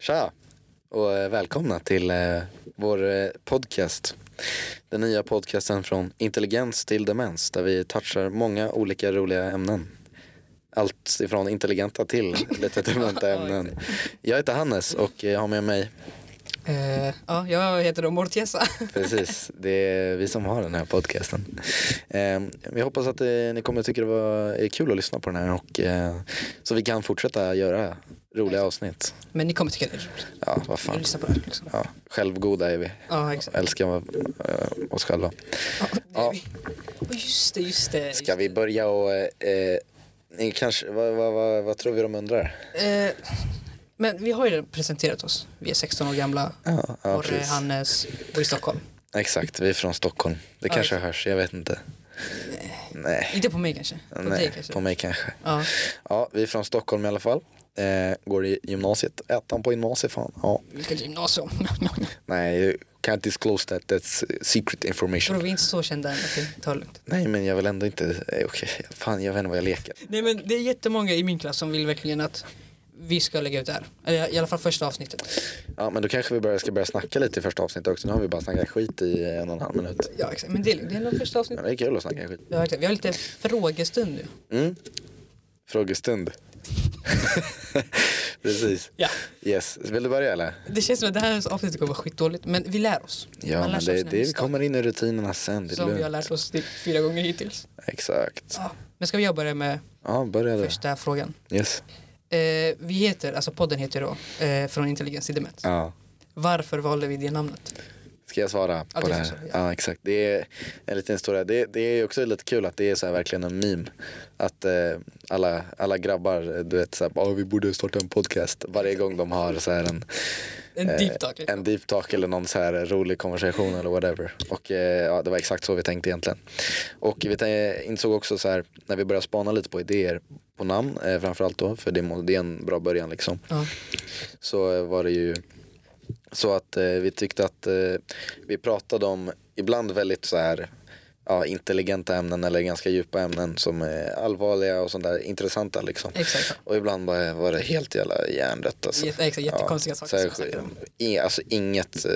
Tja och eh, välkomna till eh, vår eh, podcast. Den nya podcasten från intelligens till demens där vi touchar många olika roliga ämnen. Allt ifrån intelligenta till lite dementa ämnen. Jag heter Hannes och jag har med mig, Eh, ja, jag heter då Mortiesa. precis, det är vi som har den här podcasten. Eh, Vi hoppas att eh, ni kommer tycka det var, är kul att lyssna på den här och eh, så vi kan fortsätta göra roliga avsnitt. Men ni kommer tycka det är roligt. Ja, vad Ni fan. lyssnar på det liksom. Ja, självgoda är vi. Ja, exakt. älskar eh, oss själva. Ja. Ja. Och Just det, just det. Just Ska vi börja och... Eh, ni kanske, vad, vad, vad, vad tror vi de undrar? det. Eh, men vi har ju redan presenterat oss. Vi är 16 år gamla. Ja, ja Orre, precis. Hannes, bor i Stockholm. Exakt, vi är från Stockholm. Det Ja, kanske hörs, jag vet inte. Nej, Inte på mig kanske. På dig nej kanske. på mig kanske. Ja. Ja, vi är från Stockholm i alla fall. Eh, går i gymnasiet, ettan på gymnasiet fan. Ja. Vilket gymnasium. Nej, you can't disclose that, that's secret information. Bror, vi är inte så kända än. Okej, ta det lugnt. Nej men jag vill ändå inte, eh, okej, fan jag vet inte vad jag leker. Nej men det är jättemånga i min klass som vill verkligen att vi ska lägga ut det här. Eller i alla fall första avsnittet. Ja men då kanske vi börjar, ska börja snacka lite i första avsnittet också. Nu har vi bara snackat skit i eh, en och en halv minut. Ja exakt, men det är det är ändå första avsnittet. Men det är kul att snacka skit. Ja, verkligen. Vi har lite frågestund nu. Mm. Frågestund. Precis. Ja. Yes. Vill du börja eller? Det känns som att det här avsnittet kommer vara skitdåligt, men vi lär oss. Ja, Man lär men sig det, av sina det misstag, kommer in i rutinerna sen. Det är Som vi har lugnt. lärt oss typ fyra gånger hittills. Exakt. Men ska jag börja med Ja, börja du. första frågan? Yes. Eh, vi heter, alltså podden heter då, eh, Från intelligens i demens. Ja. Varför valde vi det namnet? Ska jag svara Ja, på du det får här? svara, ja. Ja, exakt. Det är en liten historia. Det, det är också lite kul att det är så här verkligen en meme. Att eh, alla, alla grabbar, du vet, så här, "Åh, vi borde starta en podcast. Varje gång de har så här en, En deep Eh, talk. liksom. en deep talk eller någon så här rolig konversation eller whatever. Och eh, ja, det var exakt så vi tänkte egentligen. Och vi tän- insåg också så här när vi började spana lite på idéer på namn eh, framförallt då, för det, må- det är en bra början liksom. Ja. Så eh, var det ju så att eh, vi tyckte att eh, vi pratade om ibland väldigt så här ja, intelligenta ämnen eller ganska djupa ämnen som är allvarliga och sånt där intressanta liksom. Exakt. Och ibland bara var det helt jävla hjärndött alltså. Jätte, exakt, jättekonstiga saker. Så som här, vi snackade om. i- alltså inget, eh,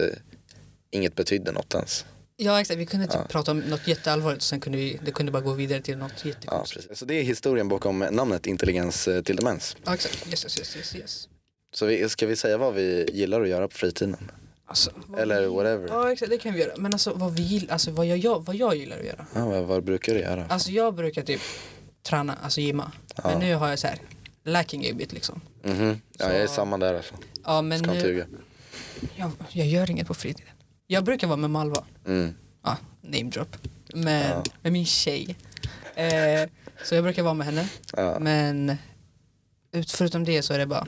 inget betydde något ens. Ja, exakt. Vi kunde typ prata om något jätteallvarligt och sen kunde vi, det kunde bara gå vidare till något jättekonstigt. Ja, precis. Så det är historien bakom namnet intelligens eh, till demens. Ja, exakt. Yes, yes, yes, yes, yes. Så vi, ska vi säga vad vi gillar att göra på fritiden? Alltså, vad Eller vi, whatever. Ja, exakt. Det kan vi göra. Men alltså vad vi gill- alltså vad jag, jag, vad jag gillar att göra. Ja, vad, vad brukar du göra? Alltså jag brukar typ träna, alltså gymma. Men nu har jag så här lacking a bit liksom. Mhm. Ja, jag är samma där alltså. Ja men Kan nu, tuga. jag, jag gör inget på fritiden. Jag brukar vara med Malva, Mm. ja, name drop, med, med min tjej. Eh, så jag brukar vara med henne. Ja. Men ut, förutom det så är det bara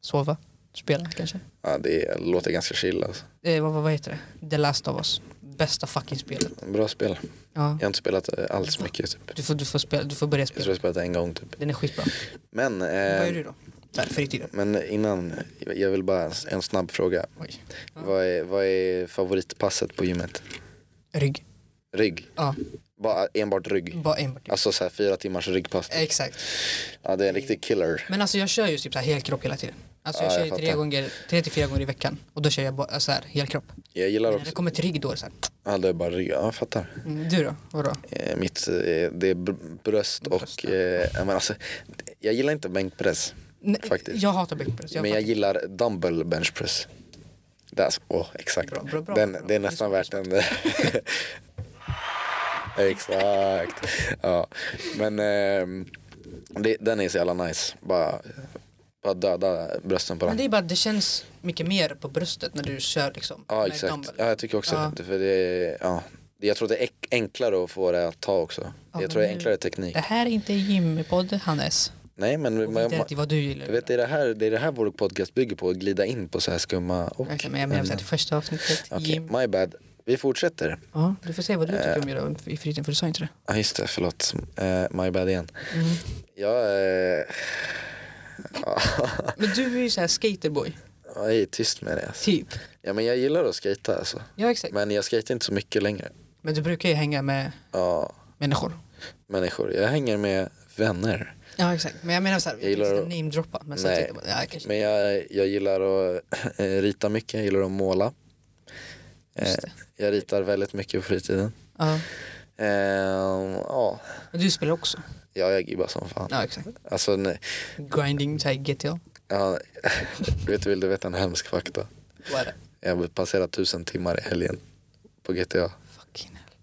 sova, spela kanske. Ja, det låter ganska chill alltså. Eh, vad, vad, vad heter det? The Last of Us. Bästa fucking spelet. Bra spel. Ja. Jag har inte spelat eh, alls mycket typ. Du, får, du, får spela, du får börja Jag spela. tror jag spelat en gång typ. Den är skitbra. Men, vad gör eh, du då? Där, fritiden. men innan, jag vill bara en snabb fråga. Oj. Vad är, vad är favoritpasset på gymmet? Rygg. Rygg? Ja, Bara, enbart rygg? bara enbart. Alltså så här fyra timmars ryggpass. Exakt. Ja det är en riktig killer. Men alltså jag kör ju typ så här helkropp hela tiden. Alltså jag Ja, kör jag ju tre fattar. gånger, tre till fyra gånger i veckan. Och då kör jag bara så här helkropp. Jag gillar När det också, kommer till rygg då är det så här. ja det är bara rygg, ja jag fattar. Mm, du då? Vadå? Eh, Mitt, eh, det är br- bröst och, eh, ja, men alltså, jag gillar inte bänkpress. Nej, Faktiskt. Jag hatar bänkpress. Jag Men jag fattar. gillar dumbbell benchpress. Det är, alltså- åh, exakt. Bra, bra, bra, den, bra. Det är nästan värt en... exakt. Ja. Men ehm, det, den är så jävla nice. Bara, bara döda brösten på Men den. det är bara, det känns mycket mer på bröstet när du kör liksom. Ja med exakt. dumbbell. Ja, jag tycker också Ja. det. För det är, ja. Det- Jag tror det är ek- enklare att få det att ta också. Ja, jag tror det är men nu- enklare teknik. Det här är inte gympodd Hannes. Nej men Och typ- man, man, vidare till vad du gillar. jag vet, det, är det, här, det är det här vår podcast bygger på. Att glida in på så här skumma och... Mm, Verkligen, Men jag menar att det första avsnittet, Okej, Eh. gym. my bad. Vi fortsätter. Ja, du får säga vad du tycker om göra i fritiden för du sa inte det. Ja just det, förlåt. Eh, my bad igen. Mm. Jag eh, Men du är ju så här skaterboy, jag är tyst med det. Alltså. typ. Ja men jag gillar att skejta alltså. Ja exakt. Men jag skejtar inte så mycket längre. Men du brukar ju hänga med Ja, människor. människor. Jag hänger med vänner. Ja exakt, men jag menar såhär, jag Jag gillar gillar att- inte namedroppa. Men sen Nej. tänkte jag bara, ja, kanske. Men jag, jag gillar att eh, rita mycket, jag gillar att måla. Eh, Just det. jag ritar väldigt mycket på fritiden. Ja. Eh, ja, Men du spelar också? Ja, jag gibbar som fan. Ja exakt. Alltså, nej. Grinding, såhär GTA. Ja, vet du, vill du veta en hemsk fakta? Vad är det? Jag har passerat tusen timmar i helgen på GTA. Fucking hell.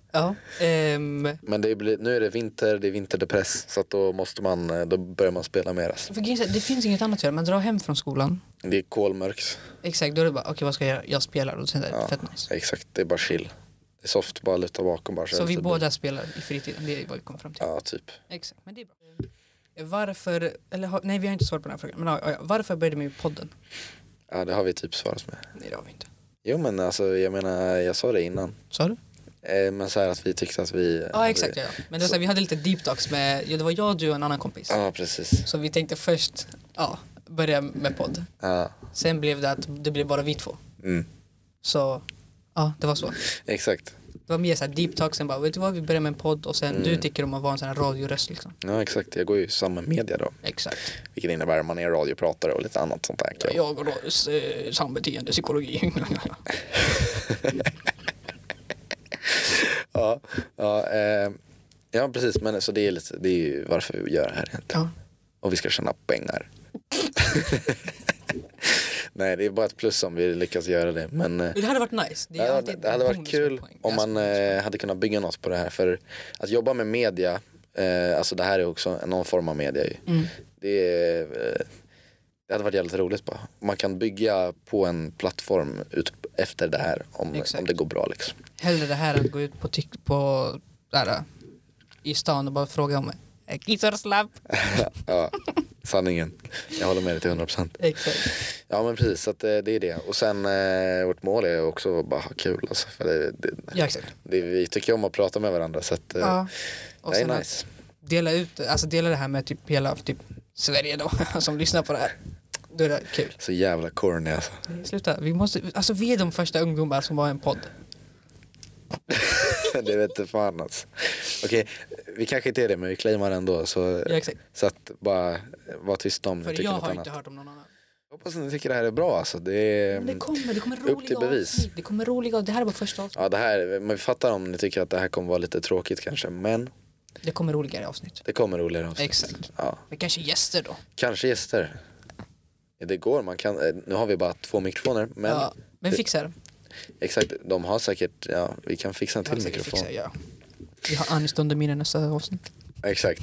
ja. ehm, Men det blir, nu är det vinter, det är vinterdepress så att då måste man, eh, då börjar man spela mer. Alltså. för grejen är så här, det finns inget annat att göra, man drar hem från skolan. Det är kolmörkt. Exakt, då är det bara, okej vad ska jag göra? Jag spelar och sen är det Ja, fett nice. Exakt, det är bara chill. Det är soft, bara luta bakom bara. Så köra vi lite båda spelar i fritiden, det är vad vi kom fram till. bil. Ja, typ. Exakt, men det är bra. Ehm, Varför, eller har- nej vi har inte svarat på den här frågan, men ja, ja, ja. varför började vi med podden? Ja, det har vi typ svarat med. Nej det har vi inte. Jo men alltså jag menar, jag sa det innan. Sa du? Eh, Men så här att vi tyckte att vi... Ja exakt ja. ja. Men det var så här, vi hade lite deep talks med, ja, det var jag, du och en annan kompis. Ja, precis. Så vi tänkte först, ja, börja med podd. Ja, Sen blev det att det blev bara vi två. mm. Så, ja det var så. exakt. Det var mer såhär deep talk, sen bara vet du vad vi börjar med en podd och sen du Mm. tycker om att vara en sån här radioröst liksom. Ja, exakt. Jag går ju i samma media då. Exakt. Vilket innebär att man är radiopratare och lite annat sånt där. Ja, jag och då, eh, sambeteende psykologi. Ja, ja, eh, ja precis. Men så det är, lite, det är ju varför vi gör det här egentligen. ja. Och vi ska tjäna pengar. Nej, det är bara ett plus om vi lyckas göra det. Men eh, Men Det hade varit nice. det Det, är hade, alltid det hade varit bonus kul med poäng. om Alltså, man eh, hade kunnat bygga något på det här. För att jobba med media, eh, alltså det här är också någon form av media ju. Mm. Det, är, eh, det hade varit jävligt roligt bara. Man kan bygga på en plattform ut, efter det här om, om Exakt. det går bra liksom. Hellre det här än att gå ut på, tick, på där, eh, i stan och bara fråga om eh, kissorslapp. Ja, sanningen. Jag håller med dig till 100%. Exakt. Ja men precis, så att, eh, det är det. Och sen eh, vårt mål är också att bara ha kul alltså, för det, det, Ja exakt. det, Vi tycker om att prata med varandra så att, eh, Ja. Och det sen är att nice. dela ut, alltså dela det här med typ hela typ Sverige då, som lyssnar på det här. Då är det kul. Så jävla corny alltså. Sluta, vi måste, alltså vi är de första ungdomar som har en podd. det vet du fan alltså. Okej, vi kanske inte är det men vi claimar ändå så, Ja exakt. så att bara eh, var tysta om ni För tycker jag något har annat. inte hört om någon annan. Jag hoppas att ni tycker det här är bra alltså. Det är, Men det kommer, det kommer till roliga bevis. avsnitt. Det kommer roliga avsnitt. Det här är bara första avsnitt. Ja det här, men vi fattar om ni tycker att det här kommer vara lite tråkigt kanske men Det kommer roligare avsnitt. det kommer roligare avsnitt. Exakt. Ja. Men kanske gäster då. Kanske gäster. Det går, man kan, eh, nu har vi bara två mikrofoner men ja, men fixar det. exakt, de har säkert, ja vi kan fixa en Jag har till säkert mikrofon. fixat, ja. Vi har Anis Don Demina nästa avsnitt. Exakt.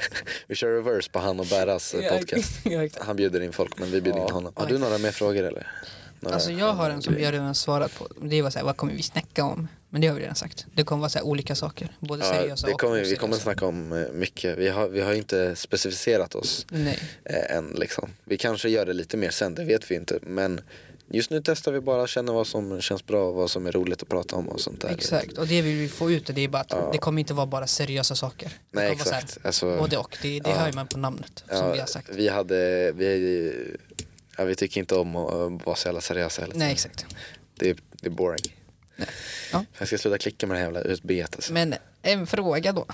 vi kör reverse på han och Berras eh, podcast. Ja, exakt. Han bjuder in folk men vi bjuder in honom. Har du några mer frågor eller? Några Alltså jag har en som vi har redan svarat på. Det var så här, vad kommer vi snacka om? Men det har vi redan sagt. Det kommer vara så här olika saker. Både Ja, seriösa det och kommer, vi oseriösa. kommer snacka om eh, mycket. Vi har, vi har inte specificerat oss Nej, eh, än liksom. Vi kanske gör det lite mer sen, det vet vi inte. Men just nu testar vi bara, känner vad som känns bra och vad som är roligt att prata om och sånt där. exakt. Och det vi vill få ut det är bara att det kommer inte vara bara seriösa saker. Det Nej kommer vara exakt. Så här, Alltså, både och. Det, det hör ju man på namnet som Ja, vi har sagt. Vi hade, vi, ja, vi tycker inte om att vara så jävla seriösa heller. Nej exakt. Det, är- det är boring. Ja. Jag ska sluta klicka med det här jävla USB-et alltså. Men en fråga då.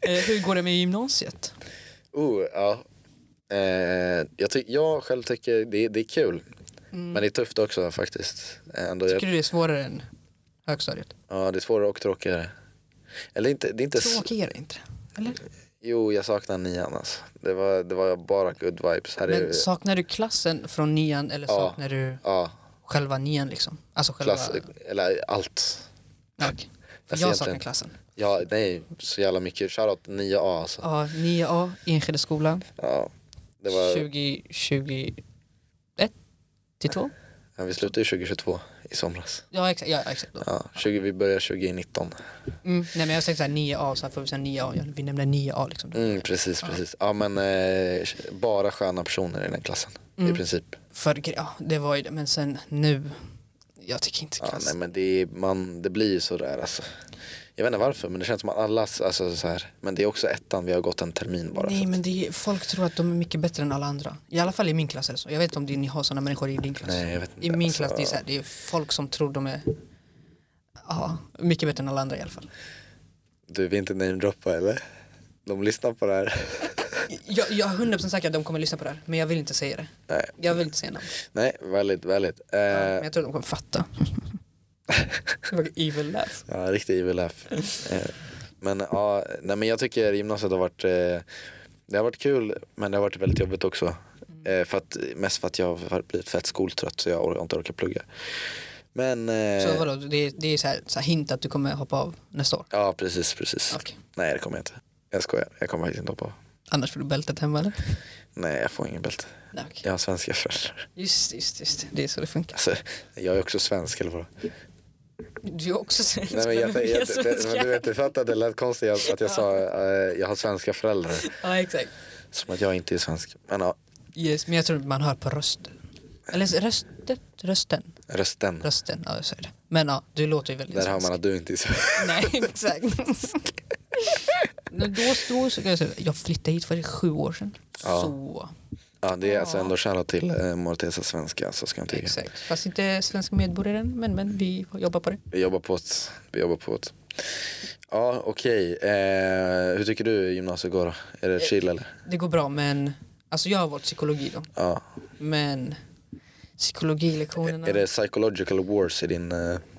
Eh, Hur går det med gymnasiet? Oh, ja. Eh, jag, ty- jag själv tycker det, det är kul. Men det är tufft också faktiskt. Ändå, jag, Mm. Tycker du det är svårare än högstadiet? ja, det är svårare och tråkigare. Eller inte, det är inte... s- Tråkigare inte det? Eller? Jo, jag saknar nian alltså. Det var, det var bara good vibes. Här är, Men saknar du klassen från nian eller Ja. saknar du ja, själva nian liksom? Alltså själva... klass, eller allt. Ja, okej. Alltså För jag egentligen- saknar klassen. Ja, nej, så jävla mycket. Shoutout 9A alltså. Ja, 9A, Enskede skola, Ja, det var, 2021 till 2? ja, vi slutade ju 2022 i somras. Ja exakt, ja, exakt då. Ja, 20, vi började 2019. Mm. Nej men jag säger såhär 9A, så här får vi säga 9A, Ja, vi nämner 9A liksom. Mm, precis, precis. Ja men eh, bara sköna personer i den klassen. I Mm. princip. För ja, det var ju det, men sen nu, jag tycker inte Ja, klass. nej, men det, är, man, det blir ju sådär alltså. Jag vet inte varför men det känns som att alla, alltså så här. Men det är också ettan, vi har gått en termin bara. Nej så att- men det är, folk tror att de är mycket bättre än alla andra. I alla fall i min klass är det så. Jag vet inte om det, ni har sådana människor i din klass. Nej, jag vet inte. I min Alltså, klass det är, så här, det är folk som tror de är ja, mycket bättre än alla andra i alla fall. Du vill inte namedroppa eller? de lyssnar på det här. Jag, jag är 100% säker att de kommer lyssna på det här, men jag vill inte säga det. Nej. Jag vill inte säga namn. Nej, väldigt, väldigt. Eh, Men jag tror de kommer fatta. Det var evil laugh. Ja, riktig evil F. Eh, Men ja, nej men jag tycker gymnasiet har varit, eh, det har varit kul men det har varit väldigt jobbigt också. Mm. Eh, För att, mest för att jag har blivit fett skoltrött så jag har inte orkat plugga. Men, eh, Så vadå, det, det är så här, så här hint att du kommer hoppa av nästa år? ja precis, precis. Okej. Nej det kommer jag inte. Jag skojar, jag kommer faktiskt inte hoppa av. Annars får du bältet hemma eller? Nej jag får ingen bälte. Nej, okej. Jag har svenska föräldrar. Just, just, just det. Det är så det funkar. Alltså, jag är också svensk eller vad? Du är också svensk. Nej men jag, jag, men vi är jag, det, svenskar. men du vet, du fattar att det lät konstigt att att jag sa eh, jag har svenska föräldrar. Ja, exakt. Som att jag inte är svensk. Men ja, Yes, men jag tror man hör på rösten. Eller så- rösten, rösten, rösten. rösten, ja jag säger det. Men ja, du låter ju väldigt Där hör svensk. man att du inte är svensk. Nej, exakt. Men då, då så kan jag säga, jag flyttade hit för sju år sedan. Ja. Så, Ja, det är alltså Ja. ändå shoutout till eh, Mortesa Svenska så ska jag inte ljuga. exakt. Fast inte svensk medborgare än, men, men vi jobbar på det. Vi jobbar på ett. Vi jobbar på ett. Ja, okej. Eh, hur tycker du gymnasiet går då? Är Eh, det chill eller? Det går bra men, alltså jag har valt psykologi då. Ja. Men psykologilektionerna. Är det psychological wars i din...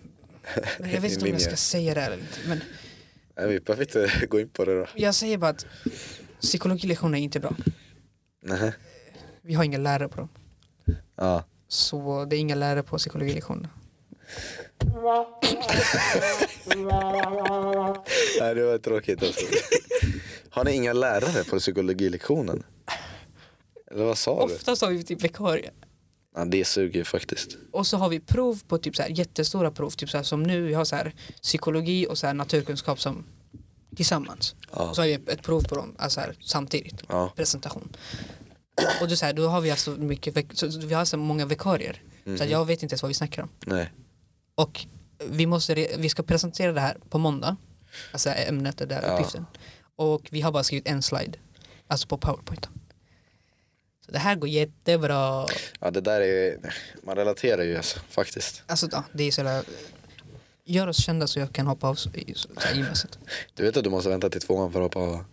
Eh, men jag vet inte om jag ska säga det här eller inte. Men Nej, vi behöver inte gå in på det då. jag säger bara att psykologilektioner är inte bra. Nej. Vi har inga lärare på dem. Ja. Så det är inga lärare på psykologilektionerna. Nej, det var tråkigt alltså. Har ni inga lärare på psykologilektionen? Eller vad sa du? Oftast har vi typ vikarier. Ja, det suger ju faktiskt. Och så har vi prov på typ så här jättestora prov. Typ så här som nu, vi har så här psykologi och så här naturkunskap som tillsammans. Ja. Och så har vi ett prov på dem alltså här, samtidigt. Ja. presentation. Och då, så här, då har vi alltså mycket, vik- så, så, vi har alltså många vikarier. Så Mm-hmm. att jag vet inte ens vad vi snackar om. Nej. Och vi, måste, re- vi ska presentera det här på måndag. Alltså ämnet, den där Ja. uppgiften. Och vi har bara skrivit en slide. Alltså på powerpoint. då. Så det här går jättebra. Ja, det där är... Man relaterar ju alltså, faktiskt. Alltså ja, det är så jävla- Gör oss kända så jag kan hoppa av så, i- så, så här, gymnasiet. Du vet att du måste vänta till tvåan för att hoppa av?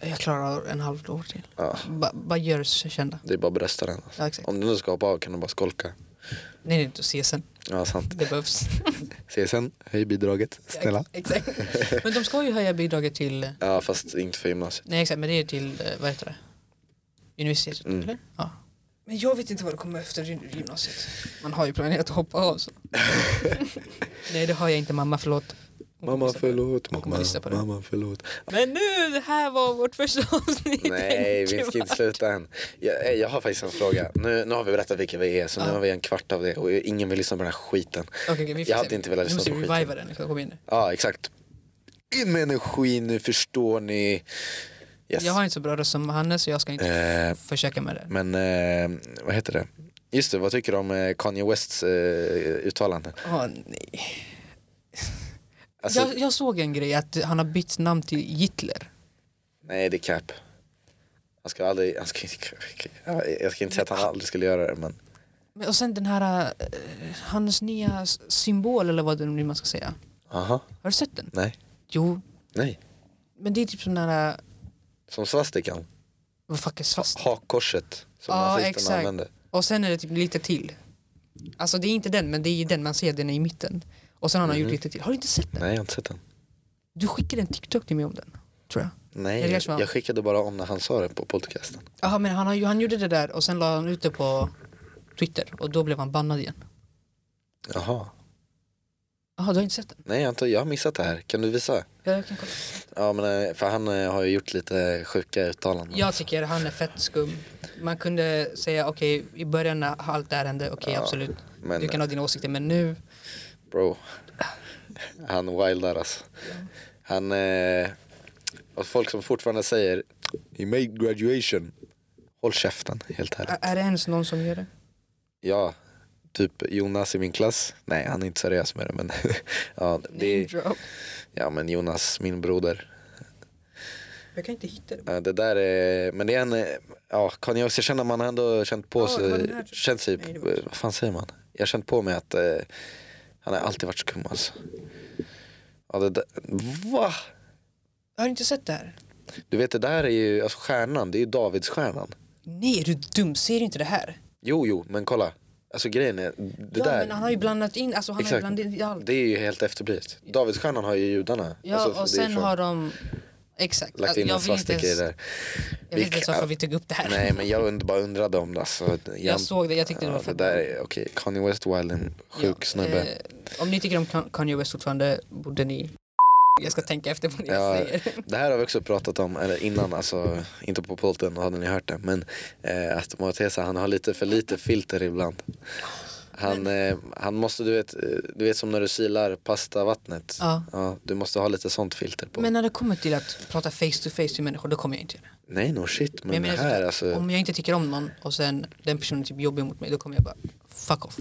Jag klarar en halv år till. Ja, Ba- Bara gör oss kända. det är bara att brösta den. Alltså. Ja, exakt. Om du nu ska hoppa av kan du bara skolka. Nej, nej, du ses sen. Ja, sant. Det behövs. CSN, höj bidraget, snälla. Exakt. Men de ska ju höja bidraget till, Ja, fast inte för gymnasiet. nej exakt, men det är till, eh, vad heter det? Universitetet, Mm. eller? Ja. Men jag vet inte vad det kommer efter gym- gymnasiet. Man har ju planerat att hoppa av så. nej det har jag inte mamma, förlåt. Hon kommer Mamma lyssna på det. förlåt, Hon kommer mamma, lyssna på det. mamma förlåt. Men nu, det här var vårt första avsnitt. Nej, vi Tänk ska inte vad- sluta än. Jag, eh, jag har faktiskt en fråga. Nu, nu har vi berättat vilka vi är, så nu Ja. har vi en kvart av det och ingen vill lyssna på den här skiten. Okej, okej, vi får Jag se. hade inte velat lyssna på Nu skiten. måste vi reviva den, liksom. kom igen nu. Ja, exakt. In med energi nu, förstår ni? Yes. Jag har inte så bra röst som Hannes så jag ska inte Eh, försöka med det. Men eh, vad heter det? Just det, vad tycker du om eh, Kanye Wests eh, uttalande? Åh nej. Alltså, jag, jag såg en grej att han har bytt namn till Hitler. Nej det är cap. Han ska aldrig, han ska, jag ska inte säga att han aldrig skulle göra det men Men och sen den här, eh, hans nya s- symbol eller vad det nu man ska säga. Aha, Har du sett den? nej, Jo, nej. men det är typ sån där, Som svastikan, vad fuck är svast? hakkorset som Ja, nazisterna exakt. använde. Och sen är det typ lite till. Alltså det är inte den, men det är den man ser, den är i mitten. Och sen har han Mm. gjort lite till. Har du inte sett den? Nej jag har inte sett den. Du skickade en TikTok till mig om den, tror jag. Jag Nej, kanske var- jag, skickade bara om när han sa det på podcasten. Jaha, men han, har ju- han gjorde det där och sen la han ut det på Twitter och då blev han bannad igen. Jaha, Jaha, du har inte sett den? nej jag har, inte, jag har missat det här, kan du visa? Ja, Jag, kan kolla. Ja men eh, för han eh, har ju gjort lite sjuka uttalanden. jag tycker han är fett skum. Man kunde säga okej, i början när allt det här hände, okej Ja. absolut. men Du kan ha dina åsikter men nu, bro, han wildar alltså. Han, eh, och folk som fortfarande säger He made graduation. Håll käften, helt ärligt. ä- är det ens någon som gör det? Ja, typ Jonas i min klass. Nej, han är inte seriös med det men ja, det, Name drop. ja men Jonas, min broder. Jag kan inte hitta det. Ja, det där är, men det är en, eh, ja Kanye West, jag känner man har ändå känt på Ja, det var sig, den här. känt sig, Nej, det var- vad fan säger man? Jag har känt på mig att eh, han har alltid varit skum alltså. Ja det där, va? Har du inte sett det här? Du vet det där är ju, alltså stjärnan, det är ju Davidsstjärnan. Nej, är du dum? Ser du inte det här? Jo, jo, men kolla. Alltså grejen är, det ja, men där, han har ju blandat in, alltså han Exakt. har ju blandat in allt. det är ju helt efterblivet. Davidsstjärnan har ju judarna. Ja, Alltså, det är och sen från- har de, exakt. Lagt in jag en vill inte svastika i det ens, där. jag vet inte ens varför vi tog upp det här. Nej men jag und bara undrade om det alltså. jag såg det, jag tyckte det ja, var det fett. där är, okej, Kanye West Wild en sjuk Ja, snubbe. eh, om ni tycker om Kan- Kanye West fortfarande borde ni... Jag ska tänka efter vad ni Ja. säger. Det här har vi också pratat om, eller innan, alltså inte på podden hade ni hört det, men eh, att Montesa han har lite för lite filter ibland. Han, eh, han måste, du vet, eh, du vet som när du silar pastavattnet. Ja. du måste ha lite sånt filter på. Men när det kommer till att prata face to face till människor, då kommer jag inte göra det. Nej no shit, men, Men jag menar här så- alltså. Om jag inte tycker om någon och sen den personen typ jobbar mot mig, då kommer jag bara fuck off.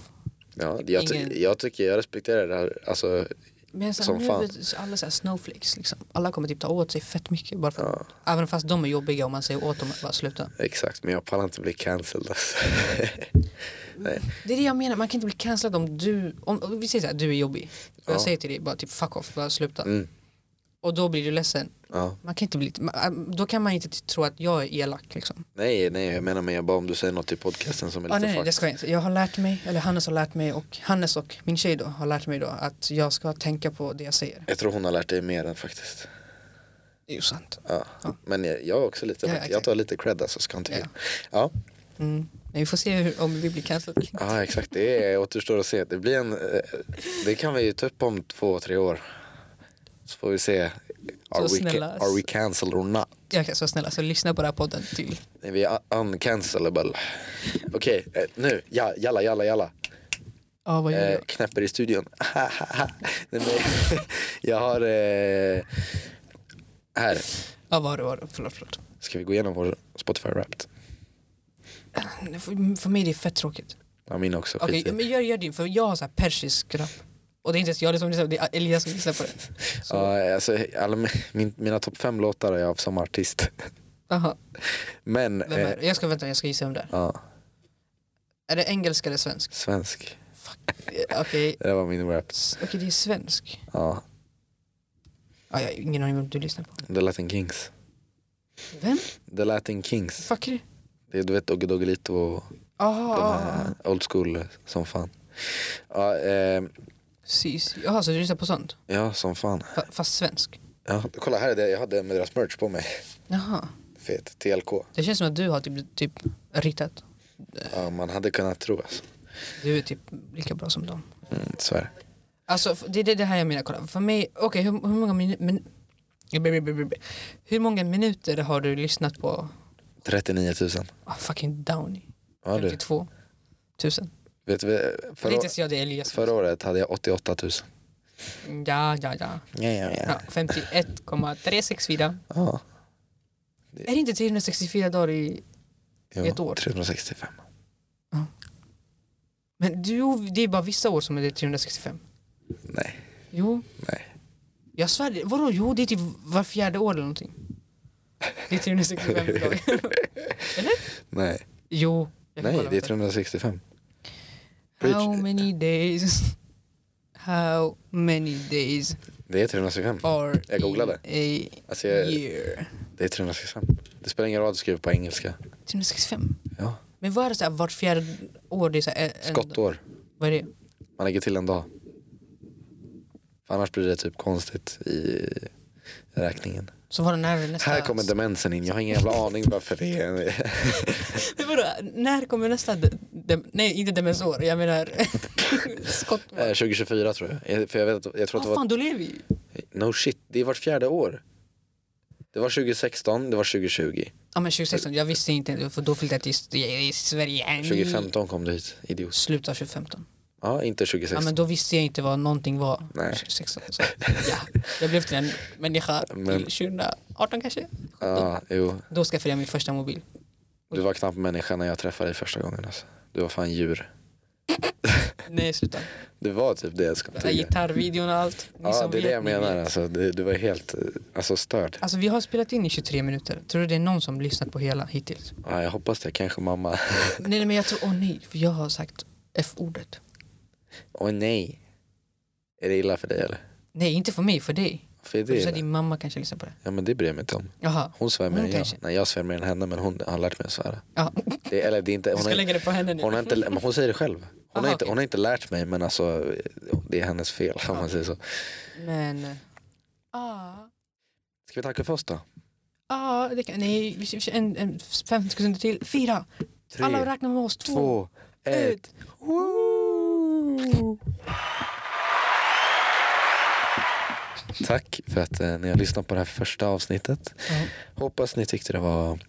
Ja, jag, ingen- ty- jag tycker jag respekterar det här, alltså Men så här, Som nu fan. är det så- alla så här snowflakes liksom. Alla kommer typ ta åt sig fett mycket bara för, Ja. Även fast de är jobbiga om man säger åt dem att bara sluta. exakt, men jag pallar inte bli cancelled alltså. Det är det jag menar, man kan inte bli cancellad om du, om, om vi säger såhär, du är jobbig. Och Ja. jag säger till dig bara typ fuck off, bara sluta. Mm. Och då blir du ledsen. Ja. Man kan inte bli, man, då kan man inte t- tro att jag är elak liksom. Nej, nej, jag menar men jag bara om du säger något i podcasten som är Ah, lite nej, nej, det fucked. ska jag inte. Jag har lärt mig, eller Hannes har lärt mig och Hannes och min tjej då har lärt mig då att jag ska tänka på det jag säger. Jag tror hon har lärt dig mer än faktiskt. Det är ju sant. Ja. Men jag, jag också lite, Ja, faktiskt. jag exakt. tar lite cred alltså, ska inte Ja. ja. ja, Mm. Men vi får se hur, om vi blir cancelled. ja exakt, det är, återstår att se. Det blir en, eh, det kan vi ju ta upp om två, tre år. Så får vi se, are, we, snälla. ca- are we cancelled or not? Jag kan så snälla, så lyssna på den här podden till. Nej, vi är un- uncancelable. Okej, eh, nu, ja, jalla, jalla, jalla. Ja, vad gör Eh, jag? knäpper i studion. Nej, men, jag har, eh, här. Ja, vad har du, vad har du? Förlåt, förlåt. Ska vi gå igenom vår Spotify Wrapped? Nej, För, för mig är det fett tråkigt. Ja, min också. Okej, Skit i. men gör, gör din, för jag har så här persisk rap. Och det är inte ens jag liksom, det är som lyssnar, det är Elias som lyssnar på det. Så, Ja, alltså, alla, min, mina topp fem låtar är jag som artist. aha, Men, vem är eh, det? Jag ska vänta, jag ska gissa vem det är. ja, Är det engelska eller svensk? svensk. Eh, Okej, Det var min rap. S- okej det är svensk. Ja, Ja, jag har ingen aning vem du lyssnar på. The Latin Kings. Vem? The Latin Kings. Fuck är det? Det är, du vet Dogge Doggelito och Aha, de ah, ah, här old school som fan. Ja, eh, precis. Jaha, så du lyssnar på sånt? ja som fan. Fa- Fast svensk? Ja, kolla här är det jag hade med deras merch på mig. Jaha. Fet. TLK. Det känns som att du har typ, typ ritat. Ja, man hade kunnat tro alltså. Du är typ lika bra som dem. Mm, så är det. Alltså f- det är det- det här jag menar, kolla. För mig, okej hur, hur många minuter, min, Ja, bli- bli- bli- bli- bli. hur många minuter har du lyssnat på 39 000. Ah, fucking Downey? Ja, du. 52 000. Vet vi, För förra, inte ens jag, det är Elias. förra året hade jag 88 000. Ja, ja, ja. Ja, ja, ja 51,364. Ja. Är det inte 364 dagar i... Jo, Ett år. 365. Men du, det är bara vissa år som är det 365. Nej, Jo, nej. jag svär det. Vadå, jo det är typ var fjärde år eller någonting. Det är 365 dagar. Nej, Jo. jag kan nej kolla det är vänta. 365. How many days? How many days Det är 365. are Jag googlade. in a Alltså jag, year? det är 365. Det spelar ingen roll att du skriver på engelska. 365. Ja. Men vad är det så här, vart fjärde år? Det är så här, en, Skottår. Vad är det? Man lägger till en dag. För annars blir det typ konstigt i räkningen. Så var det när nästa... Här kommer demensen in. Jag har ingen jävla aning varför det är... Men vadå, när kommer nästa... De, dem- nej, inte demensår. Jag menar skott. Eh, 2024 tror jag. jag. För jag, vet, att- jag tror Vad att det var... fan, då lever vi ju. No shit, det är vart fjärde år. Det var 2016, det var 2020. Ja men 2016, jag visste inte. För då flyttade jag till S- i Sverige. 2015 kom du hit, idiot. Sluta 2015. Ja, inte Ja 2016. men då visste jag inte vad någonting var. Nej. 2016. Så, ja. Jag blev till en människa Men- till 2018 kanske. Ja, jo. Då skaffade jag min första mobil. Du var knappt människa när jag träffade dig första gången alltså. Du var fan djur. Nej sluta. Du var typ det jag ska Den där tycka. gitarrvideon och allt. Ni Ja, som det är vet, det jag ni menar vet. alltså. Du, du var helt eh, alltså, störd. Alltså vi har spelat in i 23 minuter. Tror du det är någon som lyssnat på hela hittills? Ja, jag hoppas det, kanske mamma. nej nej, men jag tror, åh nej, för jag har sagt F-ordet. Åh nej. Är det illa för dig eller? Nej inte för mig, för dig. För det Du sa är, din mamma kanske lyssnar på det. ja men det bryr jag mig inte om. Jaha. Hon svär mer Hon än jag. kanske. Nej jag svär mer än henne men hon har lärt mig att svära. Ja. Det, eller det är inte, Du hon, ska har, lägga det på henne nu. hon, har inte, men hon säger det själv. Hon, Aha, har inte, okej. hon har inte lärt mig men alltså det är hennes fel om man säger så. Men... eh, Ah. Ska vi tacka för oss då? Ah, det kan, nej, vi kör en, en 15 sekunder till. Fyra. Tre, Alla räknar med oss. Två. två, ett. ett. Tack för att eh, ni har lyssnat på det här första avsnittet. Ja. Hoppas ni tyckte det var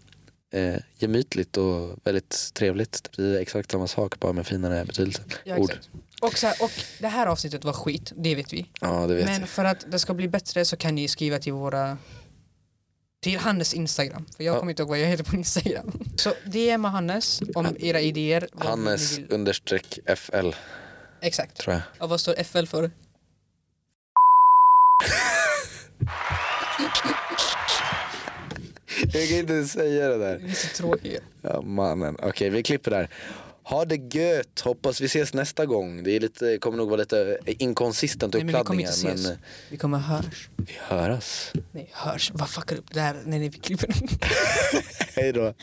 eh, gemytligt och väldigt trevligt. Det blir exakt samma sak bara med finare betydelse. Ja, Ord. exakt. Och, så här, och det här avsnittet var skit, det vet vi. Ja det vet Men jag. för att det ska bli bättre så kan ni skriva till våra till Hannes Instagram, för jag Ja. kommer inte ihåg vad jag heter på Instagram. Så DMa Hannes om era idéer. vad Hannes ni vill. understreck FL Exakt. tror jag. Och vad står FL för? Jag kan inte säga det där. Ni är så tråkiga. Ja, mannen. Okej, vi klipper där. Ha det gött, hoppas vi ses nästa gång. Det är lite, kommer nog vara lite inkonsistent Nej men vi kommer uppladdningar inte men, eh, ses. Vi kommer hörs. vi höras. Nej hörs, vad fuckar upp det där? Nej nej vi klipper. Hej då.